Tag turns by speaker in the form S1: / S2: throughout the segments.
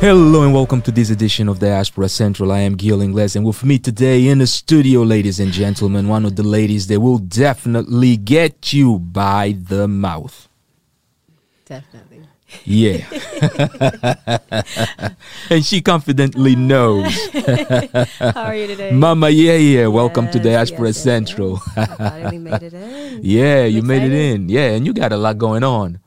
S1: Hello and welcome to this edition of Diaspora Central. I am Gil Ingles, and with me today in the studio, ladies and gentlemen, one of the ladies that will definitely get you by the mouth.
S2: Definitely.
S1: Yeah. and she confidently knows.
S2: How are you today?
S1: Mama, yeah, yeah. Welcome to
S2: Yes,
S1: Diaspora
S2: yes, yes,
S1: Central.
S2: yes. I finally made it in.
S1: Yeah,
S2: I'm
S1: you made it
S2: excited.
S1: in. Yeah, and you got a lot going on.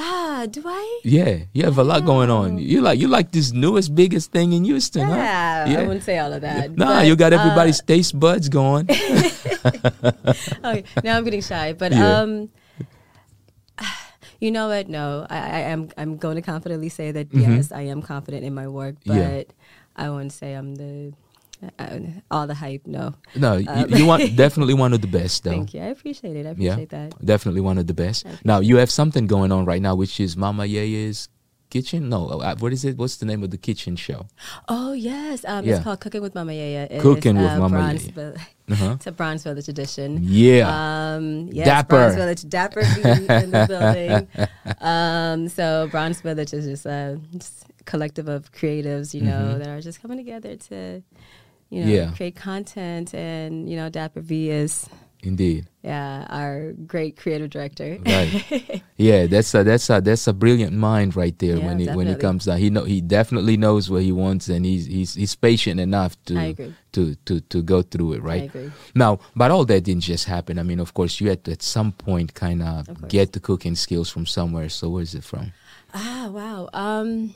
S2: Ah, do I?
S1: Yeah, you have a lot going
S2: Oh.
S1: on. You like you like this newest biggest thing in Houston,
S2: Yeah,
S1: huh?
S2: I wouldn't say all of that.
S1: Nah,
S2: but,
S1: you got
S2: uh,
S1: everybody's taste buds going.
S2: okay, now I'm getting shy, but
S1: Yeah.
S2: um, you know what? No, I, I am. I'm going to confidently say that yes, I am confident in my work, but
S1: Mm-hmm. Yeah.
S2: I wouldn't say I'm the I, all the hype. No,
S1: No, y- you, want definitely one of the best though.
S2: Um, thank you. I appreciate it. I
S1: Yeah,
S2: appreciate that.
S1: definitely one of the best. Now you have something going on right now, which is Mama Yeye's kitchen. No, uh, what is it? What's the name of the kitchen show?
S2: Oh yes, um,
S1: Yeah.
S2: it's called Cooking with Mama Yaya. It is, uh,
S1: Cooking with Mama
S2: Bronzeville-
S1: Uh-huh.
S2: It's a Bronze Village edition.
S1: Yeah,
S2: Um, yes,
S1: Dapper.
S2: Bronze Village, Dapper beauty in the building. Um, so Bronze Village is just a just a collective of creatives, you know, that are just coming together to, you know,
S1: Mm-hmm. Yeah.
S2: create content. And you know, Dapper V is
S1: indeed.
S2: yeah our great creative director.
S1: Right. yeah, that's a that's a that's a brilliant mind right there
S2: Yeah,
S1: when it when it
S2: definitely.
S1: comes down. He know he definitely knows what he wants and he's he's he's patient enough to
S2: I agree.
S1: to to to go through it, right?
S2: agree.
S1: Now, but all that didn't just happen. I mean, of course, you had to at some point kind of
S2: course.
S1: get the cooking skills from somewhere. So where is it from?
S2: Ah, wow. Um,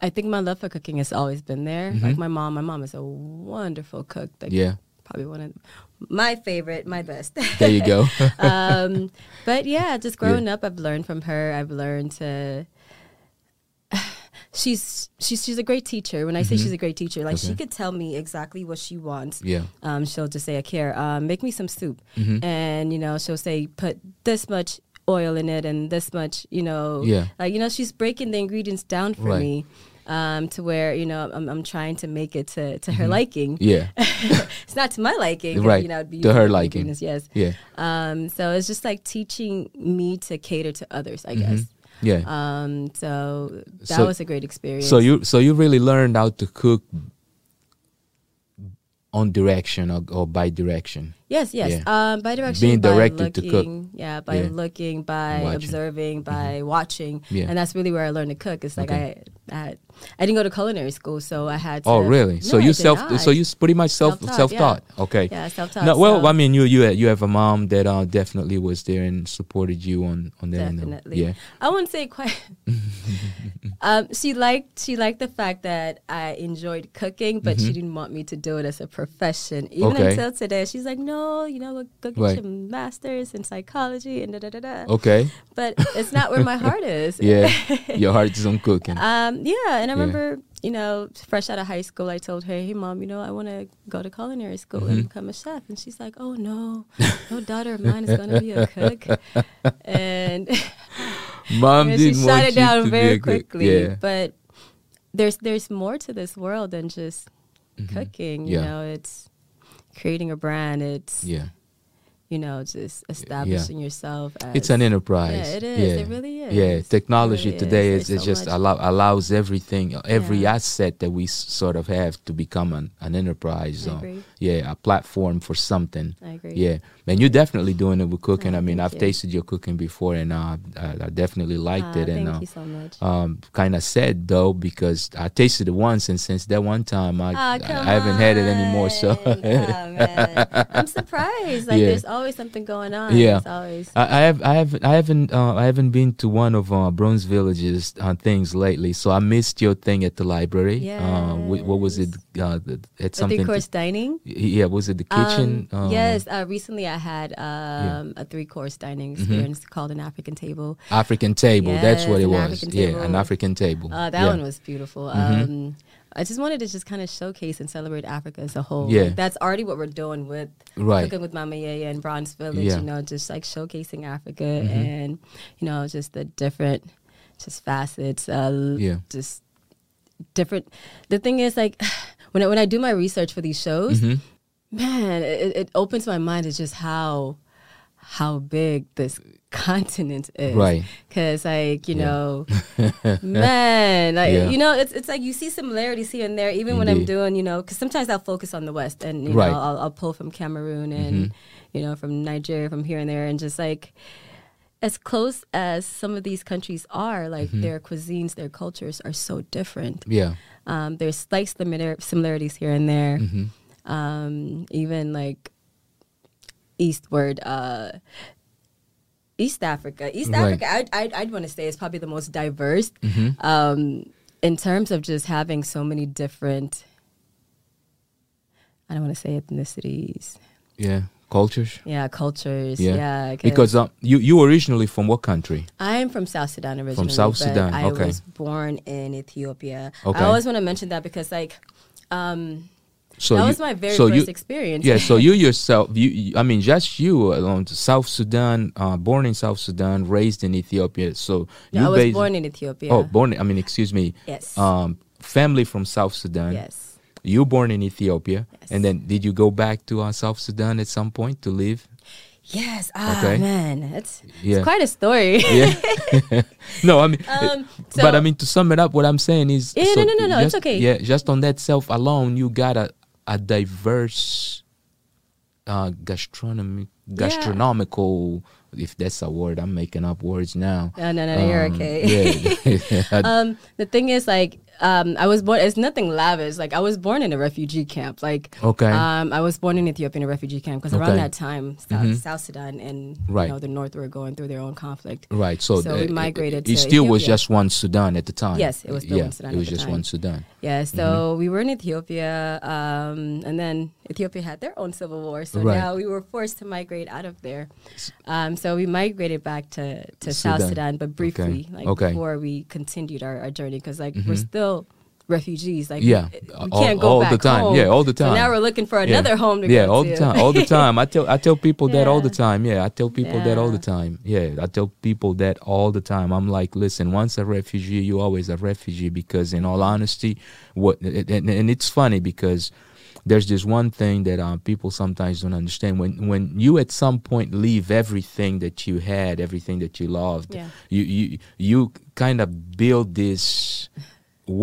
S2: I think my love for cooking has always been there.
S1: Mm-hmm.
S2: Like my mom, my mom is a wonderful cook. Like
S1: Yeah.
S2: probably one of my favorite, my best.
S1: There you go.
S2: um, but yeah, just growing up, I've learned from her. I've learned to. She's she's she's a great teacher. When I say she's a great teacher, like she
S1: Mm-hmm. Okay.
S2: could tell me exactly what she wants.
S1: yeah. Mm-hmm.
S2: Um, she'll just say, "Akira, um, make me some soup," and you know she'll say, "Put this much oil in it and this much," you know.
S1: Yeah.
S2: Like you know, she's breaking the ingredients down for
S1: Right.
S2: me. Um, to where you know I'm, I'm trying to make it to, to
S1: Mm-hmm.
S2: her liking.
S1: Yeah.
S2: it's not to my liking, 'cause,
S1: Right.
S2: You know, it'd be
S1: To her
S2: the
S1: liking.
S2: ingredients, Yes.
S1: Yeah.
S2: Um, so it's just like teaching me to cater to others, I guess.
S1: Yeah.
S2: Um, so that
S1: Mm-hmm. So-
S2: was a great experience.
S1: so you so you really learned how to cook on direction or, or by direction.
S2: yes, yes. Um, by direction,
S1: Being
S2: by
S1: directed to
S2: looking,
S1: cook.
S2: yeah, by
S1: Yeah.
S2: looking, by
S1: Watching. Mm-hmm.
S2: observing, by watching,
S1: Yeah.
S2: and that's really where I learned to cook. It's like
S1: Okay.
S2: I, I, I didn't go to culinary school, so I had. To,
S1: Oh, really? so
S2: No, I
S1: you
S2: did
S1: self,
S2: not.
S1: so you s- pretty much self
S2: Self-taught,
S1: self taught. Okay.
S2: yeah, self-taught.
S1: No, well,
S2: so-
S1: I mean, you you you have a mom that uh, definitely was there and supported you on on that. and, uh,
S2: definitely.
S1: Yeah.
S2: I wouldn't say quite. um, she liked she liked the fact that I enjoyed cooking, but she didn't want me to do it as a profession. Even
S1: Mm-hmm. Okay.
S2: until today, she's like, "No, you know, go get
S1: Right.
S2: your master's in psychology and da da da da."
S1: Okay.
S2: But it's not where my heart is.
S1: Yeah. Your heart is on cooking.
S2: Um, yeah, and I
S1: Yeah.
S2: remember, you know, fresh out of high school, I told her, "Hey, mom, you know, I want to go to culinary school
S1: Mm-hmm.
S2: and become a chef." And she's like, "Oh no, no daughter of mine is going to be a cook." and
S1: Mom
S2: and she
S1: didn't want
S2: shut it
S1: you
S2: down
S1: to
S2: very
S1: be a cook.
S2: quickly.
S1: Yeah.
S2: But there's there's more to this world than just cooking. You
S1: Mm-hmm. Yeah.
S2: know, it's creating a brand. It's
S1: Yeah.
S2: you know just establishing yourself. As,
S1: It's an enterprise.
S2: Yeah, it is. It really is.
S1: Yeah,
S2: It
S1: technology
S2: really
S1: today
S2: is.
S1: is,
S2: There's
S1: is
S2: so
S1: just
S2: much.
S1: allow, allows everything, every
S2: Yeah.
S1: asset that we s- sort of have to become an, an enterprise.
S2: I
S1: or,
S2: agree.
S1: Yeah, a platform for something.
S2: I agree.
S1: Yeah, and you're definitely doing it with cooking.
S2: Oh,
S1: I mean,
S2: thank
S1: I've
S2: you.
S1: tasted your cooking before, and uh, I, I definitely liked
S2: Ah,
S1: it.
S2: thank
S1: and uh,
S2: you so much.
S1: um, kind of sad though because I tasted it once, and since that one time, I
S2: Ah,
S1: I,
S2: come
S1: I haven't had it anymore. So
S2: on. Ah, man. I'm surprised. Like
S1: Yeah.
S2: there's always something going on.
S1: Yeah.
S2: It's always
S1: I, I have I have I haven't uh, I haven't been to one of uh, Bronze Village's uh, things lately, so I missed your thing at the library. Uh, wh- what was it? Uh, the, at
S2: a
S1: something.
S2: three
S1: to-
S2: course dining.
S1: yeah, was it the kitchen?
S2: Um,
S1: Uh,
S2: yes, uh, recently I had um, a three course dining
S1: Mm-hmm.
S2: experience called an African table.
S1: African table. that's what
S2: Yes,
S1: it
S2: an
S1: was.
S2: African
S1: yeah, an
S2: table.
S1: African table.
S2: Uh, that
S1: Yeah. Mm-hmm.
S2: one was beautiful. Um, I just wanted to just kind of showcase and celebrate Africa as a whole.
S1: Yeah.
S2: Like, that's already what we're doing with
S1: Right.
S2: cooking with Mama Yaya and Bronze Village.
S1: Yeah. Mm-hmm.
S2: You know, just like showcasing Africa and you know just the different just facets. Uh,
S1: Yeah.
S2: just different. The thing is, like when I, when I do my research for these shows,
S1: Mm-hmm.
S2: man, it, it opens my mind to just how how big this continent is.
S1: Right.
S2: Because, like, you know, man, like,
S1: Yeah.
S2: you know, it's, it's like you see similarities here and there, even when I'm
S1: Indeed.
S2: doing, you know, because sometimes I'll focus on the West and, you
S1: Right. Mm-hmm.
S2: know, I'll, I'll pull from Cameroon and, you know, from Nigeria, from here and there, and just like, as close as some of these countries are, like
S1: Mm-hmm.
S2: their cuisines, their cultures are so different.
S1: Yeah.
S2: Um, there's slight similar- similarities here and there.
S1: Mm-hmm.
S2: Um, even like eastward, uh, East Africa. East
S1: Right. Mm-hmm.
S2: Africa, I'd, I'd, I'd want to say, is probably the most diverse um, in terms of just having so many different, I don't want to say ethnicities.
S1: Yeah. Cultures.
S2: Yeah, cultures.
S1: Yeah.
S2: Yeah.
S1: Because um, you you originally from what country?
S2: I'm from South Sudan originally.
S1: South
S2: but
S1: Sudan,
S2: I
S1: okay.
S2: was born in Ethiopia.
S1: Okay.
S2: I always want to mention that because, like, um,
S1: So
S2: that
S1: you-
S2: was my very
S1: so
S2: first
S1: you-
S2: experience.
S1: Yeah, so you yourself, you, you- I mean, just you, uh, on South Sudan, uh, born in South Sudan, raised in Ethiopia. So
S2: No,
S1: you
S2: I was
S1: basi-
S2: born in Ethiopia.
S1: Oh, born. I mean, excuse me.
S2: Yes.
S1: Um, family from South Sudan.
S2: yes.
S1: You born in Ethiopia, and
S2: Yes.
S1: then did you go back to uh, South Sudan at some point to live?
S2: Yes. Ah,
S1: Okay.
S2: man, that's
S1: Yeah.
S2: it's quite a story.
S1: Yeah. no, I mean,
S2: Um,
S1: but I
S2: so-
S1: mean to sum it up, what I'm saying is,
S2: Yeah, no, no, no, no, it's
S1: just-
S2: okay.
S1: Yeah, just on that self alone, you got a a diverse uh, gastronomy,
S2: Yeah.
S1: gastronomical. If that's a word, I'm making up words now.
S2: No, Uh, no, no, no, you're
S1: Um,
S2: okay.
S1: Yeah,
S2: um, the thing is, like, um, I was born. It's nothing lavish. Like, I was born in a refugee camp. Like,
S1: Okay.
S2: Um, I was born in Ethiopia in a refugee camp because around
S1: Okay. Mm-hmm.
S2: that time, South, South Sudan and
S1: Right.
S2: you know the North were going through their own conflict.
S1: right. So, uh,
S2: So we migrated
S1: It, it
S2: to
S1: still was
S2: Ethiopia.
S1: just one Sudan at the time.
S2: Yes, it was still
S1: yeah,
S2: one Sudan
S1: It
S2: at
S1: was
S2: the
S1: just
S2: time.
S1: one Sudan.
S2: Yeah, so we were in Ethiopia, um, and then Ethiopia had their own civil war. So
S1: Right.
S2: now we were forced to migrate out of there. Um, so we migrated back to, to South
S1: Sudan.
S2: Sudan, but briefly,
S1: Okay.
S2: like
S1: Okay. Mm-hmm.
S2: before we continued our, our journey, because like we're still refugees. Like
S1: Yeah,
S2: we, we
S1: all-
S2: can't go
S1: all the
S2: back
S1: time.
S2: home.
S1: Yeah, all the
S2: So
S1: time.
S2: now we're looking for
S1: Yeah.
S2: another home to
S1: yeah,
S2: go
S1: all
S2: to.
S1: the time, all the time. I tell I tell people that all the
S2: Yeah.
S1: time. Yeah, I tell people that all the
S2: Yeah.
S1: time. Yeah, I tell people that all the time. I'm like, listen, once a refugee, you always a refugee because, in all honesty, what and, and- and it's funny because there's this one thing that um, people sometimes don't understand when when you at some point leave everything that you had, everything that you loved,
S2: Yeah.
S1: you you you kind of build this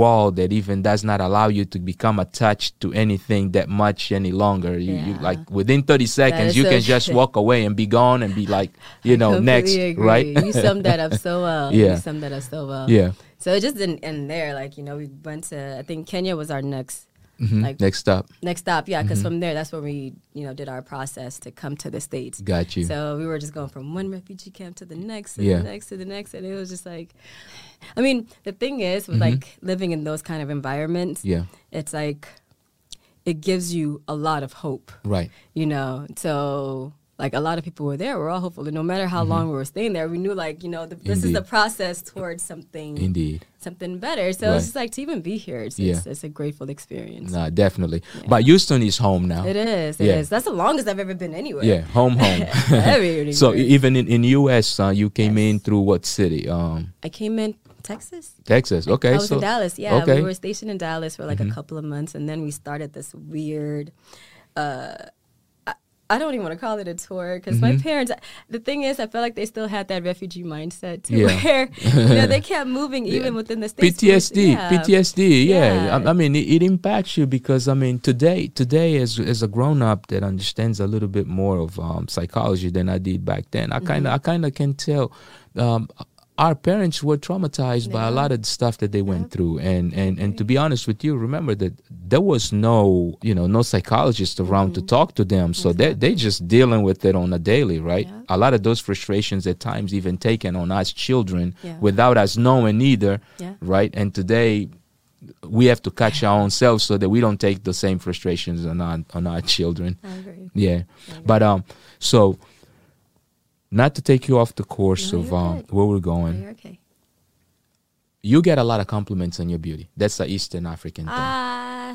S1: wall that even does not allow you to become attached to anything that much any longer. You, you
S2: Yeah.
S1: like within 30 seconds
S2: is
S1: you
S2: so
S1: can just
S2: true.
S1: walk away and be gone and be like, you know,
S2: Completely
S1: next,
S2: agree.
S1: right?
S2: you summed that up so well.
S1: Yeah.
S2: You summed that up so well.
S1: yeah. Mm-hmm.
S2: So it just didn't end there. Like, you know, we went to, I think Kenya was our next,
S1: Mhm.
S2: like,
S1: next up.
S2: next stop yeah
S1: Mm-hmm.
S2: because from there that's where we you know did our process to come to the states
S1: Got you.
S2: so we were just going from one refugee camp to the next and
S1: Yeah.
S2: the next to the next and it was just like i mean the thing is with like living in those kind of environments
S1: Mm-hmm. yeah.
S2: it's like it gives you a lot of hope
S1: Right.
S2: you know so like a lot of people were there we're all hopeful and no matter how long we were staying there we knew like you know the, this is
S1: Mm-hmm.
S2: the
S1: Indeed.
S2: process towards something
S1: Indeed.
S2: something better so
S1: Right.
S2: it's just like to even be here it's,
S1: Yeah.
S2: it's, it's a grateful experience
S1: Nah, definitely. But Houston is home now.
S2: it is. It is.
S1: Yeah.
S2: That's the longest I've ever been anywhere.
S1: Yeah, home home.
S2: Everywhere.
S1: so e- even in in US, uh, you came in through what city? Um
S2: I came in Texas.
S1: Texas. Okay.
S2: I was
S1: so
S2: in Dallas. Yeah,
S1: okay. Mm-hmm.
S2: we were stationed in Dallas for like a couple of months, and then we started this weird. Uh, I, I don't even want to call it a tour because
S1: Mm-hmm.
S2: my parents. The thing is, I felt like they still had that refugee mindset to
S1: Yeah.
S2: where you know, they kept moving even within the states.
S1: PTSD,
S2: Yeah.
S1: PTSD. Yeah,
S2: Yeah.
S1: I, I mean, it, it impacts you because I mean, today, today as as a grown up that understands a little bit more of um, psychology than I did back then, I
S2: Mm-hmm.
S1: kind of, I kind of can tell. Um, our parents were traumatized by a lot of the stuff that they went through, and and and to be honest with you, remember that there was no, you know, no psychologist around
S2: Mm-hmm.
S1: to talk to them, so they they just dealing with it on a daily, right?
S2: Yeah.
S1: A lot of those frustrations at times even taken on us children
S2: Yeah.
S1: without us knowing either
S2: Yeah.
S1: right? And today, we have to catch our own selves so that we don't take the same frustrations on our on our children.
S2: I agree.
S1: Yeah, but um, so not to take you off the course
S2: No,
S1: of
S2: you're
S1: um,
S2: good.
S1: where we're
S2: Oh,
S1: going,
S2: you're okay.
S1: you get a lot of compliments on your beauty. That's the Eastern African thing.
S2: Ah.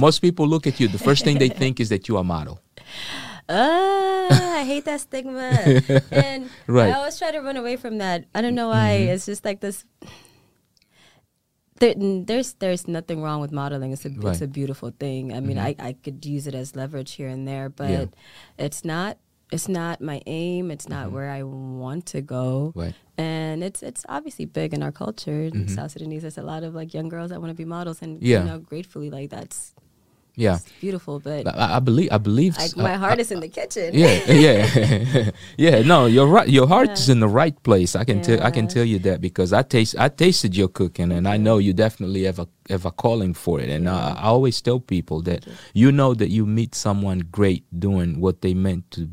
S1: Most people look at you. The first thing they think is that you are a model.
S2: Uh, I hate that stigma. and
S1: Right. Mm-hmm.
S2: I always try to run away from that. I don't know why. It's just like this. There, there's there's nothing wrong with modeling. It's a
S1: Right. Mm-hmm.
S2: it's a beautiful thing. I mean, I, I could use it as leverage here and there, but
S1: Yeah.
S2: it's not it's not my aim. It's not
S1: Mm-hmm.
S2: where I want to go.
S1: Right.
S2: And it's it's obviously big in our culture. In South Sudanese, there's a lot of like young girls that want to be models, and
S1: Mm-hmm. Yeah.
S2: you know, gratefully, like that's
S1: Yeah.
S2: it's beautiful. But
S1: I, I believe. I believe.
S2: like
S1: I-
S2: my heart is in the kitchen.
S1: yeah, yeah, yeah. No, you're right. Your heart is in the right place. I can tell. I can
S2: Yeah.
S1: tell you that because I taste. I tasted your cooking, and I know you definitely have a have a calling for it. And I, I always tell people that you know that you meet someone great doing what they meant to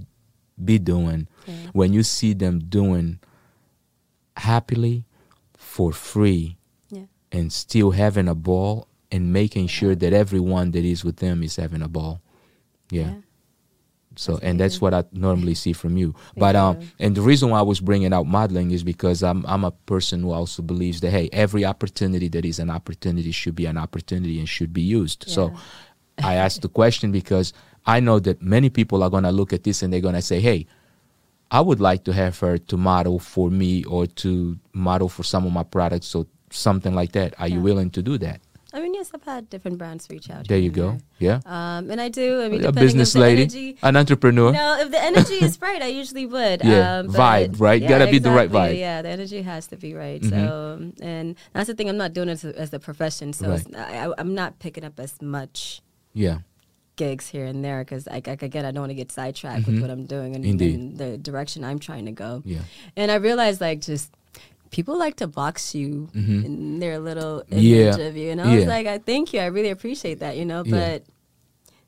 S1: be doing
S2: Yeah.
S1: when you see them doing happily for free
S2: yeah.
S1: and still having a ball and making sure that everyone that is with them is having a ball. yeah. So and that's what I normally see from you. But um,
S2: you.
S1: and the reason why I was bringing out modeling is because I'm I'm a person who also believes that hey, every opportunity that is an opportunity should be an opportunity and should be used. So I asked the question because I know that many people are gonna look at this and they're gonna say, hey. I would like to have her to model for me or to model for some of my products or something like that. Are you
S2: Yeah.
S1: willing to do that?
S2: I mean, yes, I've had different brands reach out.
S1: There
S2: here
S1: you go.
S2: and
S1: Yeah.
S2: there. Um, and I do. I mean,
S1: a
S2: depending
S1: business
S2: on the
S1: lady,
S2: Energy,
S1: an entrepreneur.
S2: No, if the energy is right, I usually would. uh,
S1: Yeah,
S2: but-
S1: vibe, right? Gotta be the right
S2: exactly,
S1: vibe. Mm-hmm.
S2: Yeah, the energy has to be right. So, um, and that's the thing. I'm not doing it as, a- as the profession, so it's, I, I'm not picking up as much
S1: Yeah.
S2: gigs here and there because, like, like again, I don't want to get sidetracked with what I'm doing and,
S1: Mm-hmm. Indeed.
S2: and the direction I'm trying to go.
S1: Yeah.
S2: And I realized, like, just people like to box you in their little
S1: Mm-hmm. Yeah.
S2: image of you, and I was
S1: Yeah.
S2: like, I thank you, I really appreciate that, you know,
S1: Yeah.
S2: but.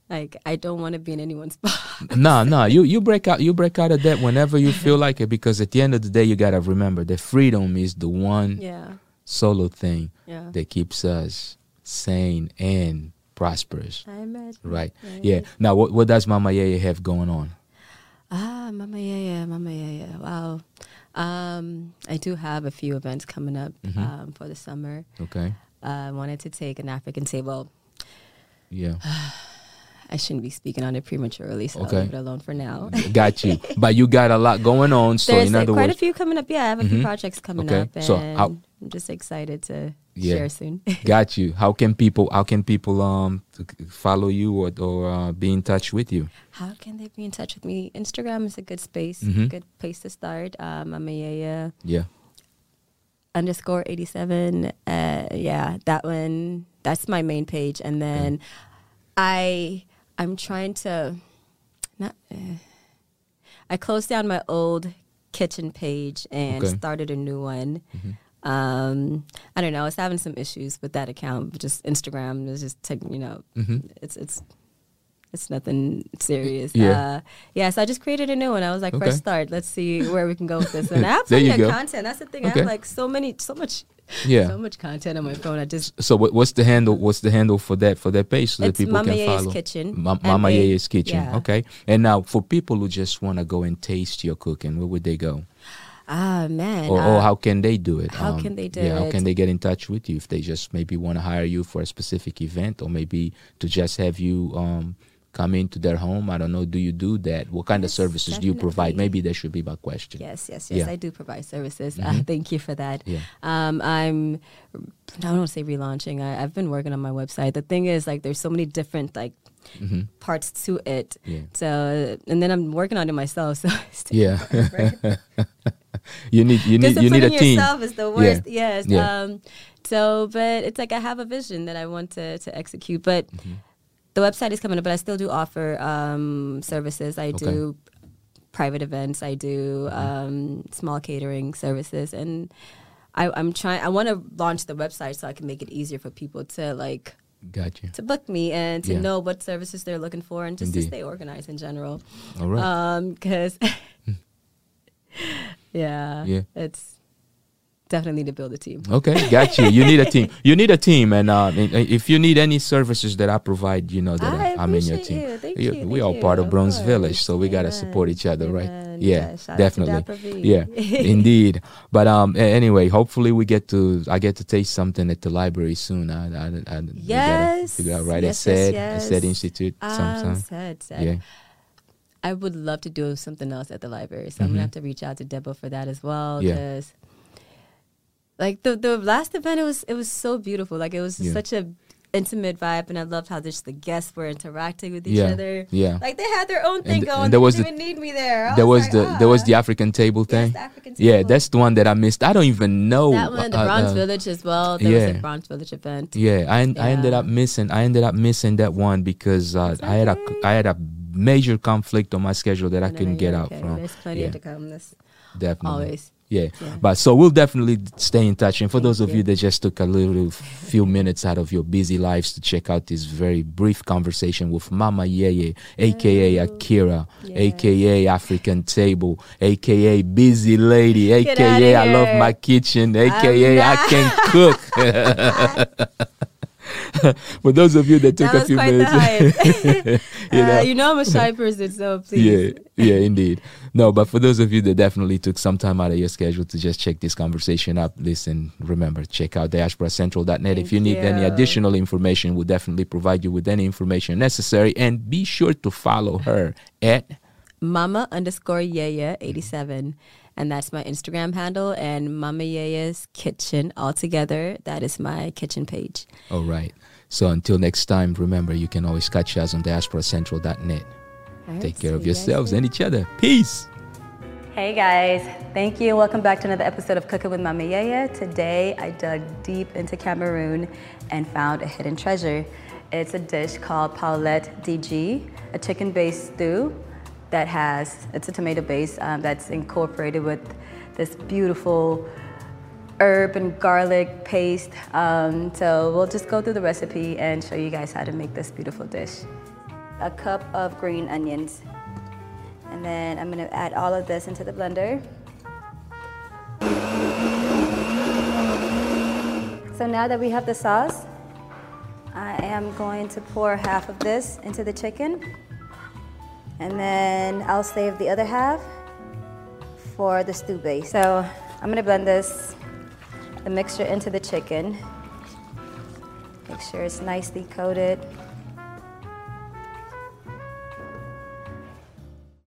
S2: Like I don't want to be in anyone's box.
S1: no, no, you you break out you break out of that whenever you feel like it because at the end of the day you gotta remember that freedom is the one
S2: Yeah,
S1: solo thing
S2: yeah.
S1: that keeps us sane and prosperous.
S2: I imagine.
S1: Right. Yeah. Now what what does Mama Yaya have going on?
S2: Ah, Mama Yaya, Mama Yaya. Wow. Um, I do have a few events coming up
S1: Mm-hmm.
S2: um, for the summer.
S1: Okay.
S2: Uh, I wanted to take an African table.
S1: Yeah.
S2: I shouldn't be speaking on it prematurely, so
S1: Okay.
S2: I'll leave it alone for now.
S1: got you. But you got a lot going on. So
S2: There's
S1: in
S2: uh,
S1: other
S2: quite
S1: words Mm-hmm.
S2: a few coming up. Yeah, I have a few projects coming
S1: Okay.
S2: up, and
S1: So how-
S2: I'm just excited to
S1: Yeah.
S2: share soon.
S1: got you. How can people how can people um follow you or, or uh, be in touch with you?
S2: How can they be in touch with me? Instagram is a good space,
S1: Mhm.
S2: good place to start. Uh, Mama Yaya
S1: Yeah.
S2: underscore 87 uh yeah that one that's my main page and then i i'm trying to not uh, i closed down my old kitchen page and
S1: Okay. Mm-hmm.
S2: started a new one um i don't know i was having some issues with that account but just instagram is just taking you know
S1: Mm-hmm.
S2: it's it's it's nothing serious.
S1: Yeah.
S2: Uh, yeah. So I just created a new one. I was like,
S1: Okay.
S2: first start. Let's see where we can go with this. And I have
S1: There
S2: plenty
S1: you
S2: of
S1: go.
S2: content. That's the thing. I
S1: Okay.
S2: have like so many, so much,
S1: Yeah.
S2: so much content on my phone. I just
S1: So what, what's the handle? What's the handle for that for that page so
S2: It's
S1: that people
S2: Mama
S1: can
S2: Yaya's
S1: follow?
S2: Kitchen.
S1: Ma- Mama
S2: M A-
S1: Yaya's Kitchen.
S2: yeah.
S1: Okay. And now for people who just want to go and taste your cooking, where would they go?
S2: ah man.
S1: Or,
S2: uh,
S1: or how can they do it? Um,
S2: how can they do
S1: Yeah. How
S2: it?
S1: can they get in touch with you if they just maybe want to hire you for a specific event or maybe to just have you um, come into their home? I don't know. Do you do that? What kind of
S2: Yes,
S1: services do you provide?
S2: definitely.
S1: Maybe that should be my question.
S2: Yes, yes, yes.
S1: Yeah. Mm-hmm.
S2: I do provide services. Uh, thank you for that.
S1: Yeah.
S2: Um, I'm, I don't want to say relaunching. I, I've been working on my website. The thing is, like, there's so many different like parts to it.
S1: Mm-hmm. Yeah.
S2: So, and then I'm working on it myself. So, it's taking
S1: Yeah.
S2: forever.
S1: you need you need you
S2: disciplining
S1: need a team.
S2: yourself is the worst. Yes.
S1: Yeah.
S2: Um, so, but it's like I have a vision that I want to, to execute, but
S1: Mm-hmm.
S2: the website is coming up. But I still do offer um, services. I do private events. I do
S1: Mm-hmm.
S2: um, small catering services, and I, I'm trying. I want to launch the website so I can make it easier for people to like
S1: Got you.
S2: to book me and to
S1: Yeah.
S2: know what services they're looking for and just
S1: Indeed.
S2: to stay organized in general.
S1: All right.
S2: Um, because yeah,
S1: Yeah.
S2: it's definitely to build a team.
S1: Okay, got you. You need a team. You need a team, and um, and- and if you need any services that I provide, you know that
S2: I
S1: I am in your
S2: appreciate
S1: team.
S2: you. Thank you,
S1: We
S2: thank
S1: all part
S2: you.
S1: of
S2: Of
S1: Bronx
S2: course.
S1: Village, so we gotta support
S2: Amen,
S1: each other, right?
S2: amen.
S1: Yeah,
S2: Yeah, shout out to Dapper
S1: definitely.
S2: V.
S1: Yeah, indeed. But um, a- anyway, hopefully we get to I get to taste something at the library soon. I, I, I we gotta
S2: Yes,
S1: figure out right
S2: yes,
S1: at
S2: yes,
S1: said
S2: yes.
S1: said Institute
S2: Um,
S1: sometime.
S2: sad, sad.
S1: Yeah,
S2: I would love to do something else at the library, so I'm gonna have to reach out to Deborah for that as well.
S1: Mm-hmm. Yeah.
S2: 'cause, like the the last event, it was it was so beautiful. Like it was
S1: Yeah.
S2: such a intimate vibe, and I loved how just the guests were interacting with each
S1: Yeah,
S2: other.
S1: yeah.
S2: like they had their own thing
S1: th-
S2: going.
S1: and
S2: they
S1: there was
S2: didn't
S1: the-
S2: even need me there. I
S1: there was
S2: like,
S1: the there was
S2: "Ah."
S1: the African table
S2: Yes,
S1: thing.
S2: the African
S1: Yeah,
S2: table.
S1: that's the one that I missed. I don't even know.
S2: that one, the
S1: uh, uh,
S2: Bronze
S1: uh,
S2: Village as well. There was
S1: yeah.
S2: a Bronze Village event.
S1: Yeah, I en- I ended
S2: Yeah.
S1: up missing I ended up missing that one because uh, I had a c- I had a major conflict on my schedule that I
S2: No, no,
S1: couldn't
S2: no,
S1: get
S2: you're
S1: out
S2: okay.
S1: from.
S2: There's plenty
S1: yeah,
S2: to come. This
S1: definitely.
S2: always.
S1: Yeah.
S2: Yeah.
S1: but so we'll definitely stay in touch. And for
S2: Thank
S1: those of you.
S2: you.
S1: that just took a little few minutes out of your busy lives to check out this very brief conversation with Mama Yeye, aka Akira,
S2: Yeah.
S1: aka African Table, aka Busy Lady,
S2: Get
S1: aka I
S2: outta
S1: love
S2: here.
S1: my kitchen, aka I
S2: not-
S1: can cook. for those of you that took
S2: That
S1: a
S2: was
S1: few
S2: quite the
S1: minutes.
S2: hype.
S1: You
S2: Uh,
S1: know?
S2: you know I'm a shy person, so please.
S1: Yeah, yeah, indeed. No, but for those of you that definitely took some time out of your schedule to just check this conversation up, listen, remember, check out diasporacentral.net. if
S2: Thank
S1: you need any
S2: you.
S1: additional information, we'll definitely provide you with any information necessary. And be sure to follow her at
S2: Mama underscore Yaya eighty seven, and that's my Instagram handle and Mama Yaya's Kitchen all together. That is my kitchen page.
S1: All right. So until next time, remember, you can always catch us on diasporacentral.net.
S2: All right,
S1: Take care
S2: see
S1: of
S2: you guys
S1: yourselves
S2: later.
S1: and each other. Peace.
S2: Hey guys, thank you. Welcome back to another episode of Cooking with Mama Yaya. Today I dug deep into Cameroon and found a hidden treasure. It's a dish called Paulette DG, a chicken based stew that has, it's a tomato base um, that's incorporated with this beautiful herb and garlic paste. Um, so we'll just go through the recipe and show you guys how to make this beautiful dish. A cup of green onions, and then I'm gonna add all of this into the blender. So now that we have the sauce, I am going to pour half of this into the chicken. And then I'll save the other half for the stew base. So I'm gonna blend this, the mixture into the chicken. Make sure it's nicely coated.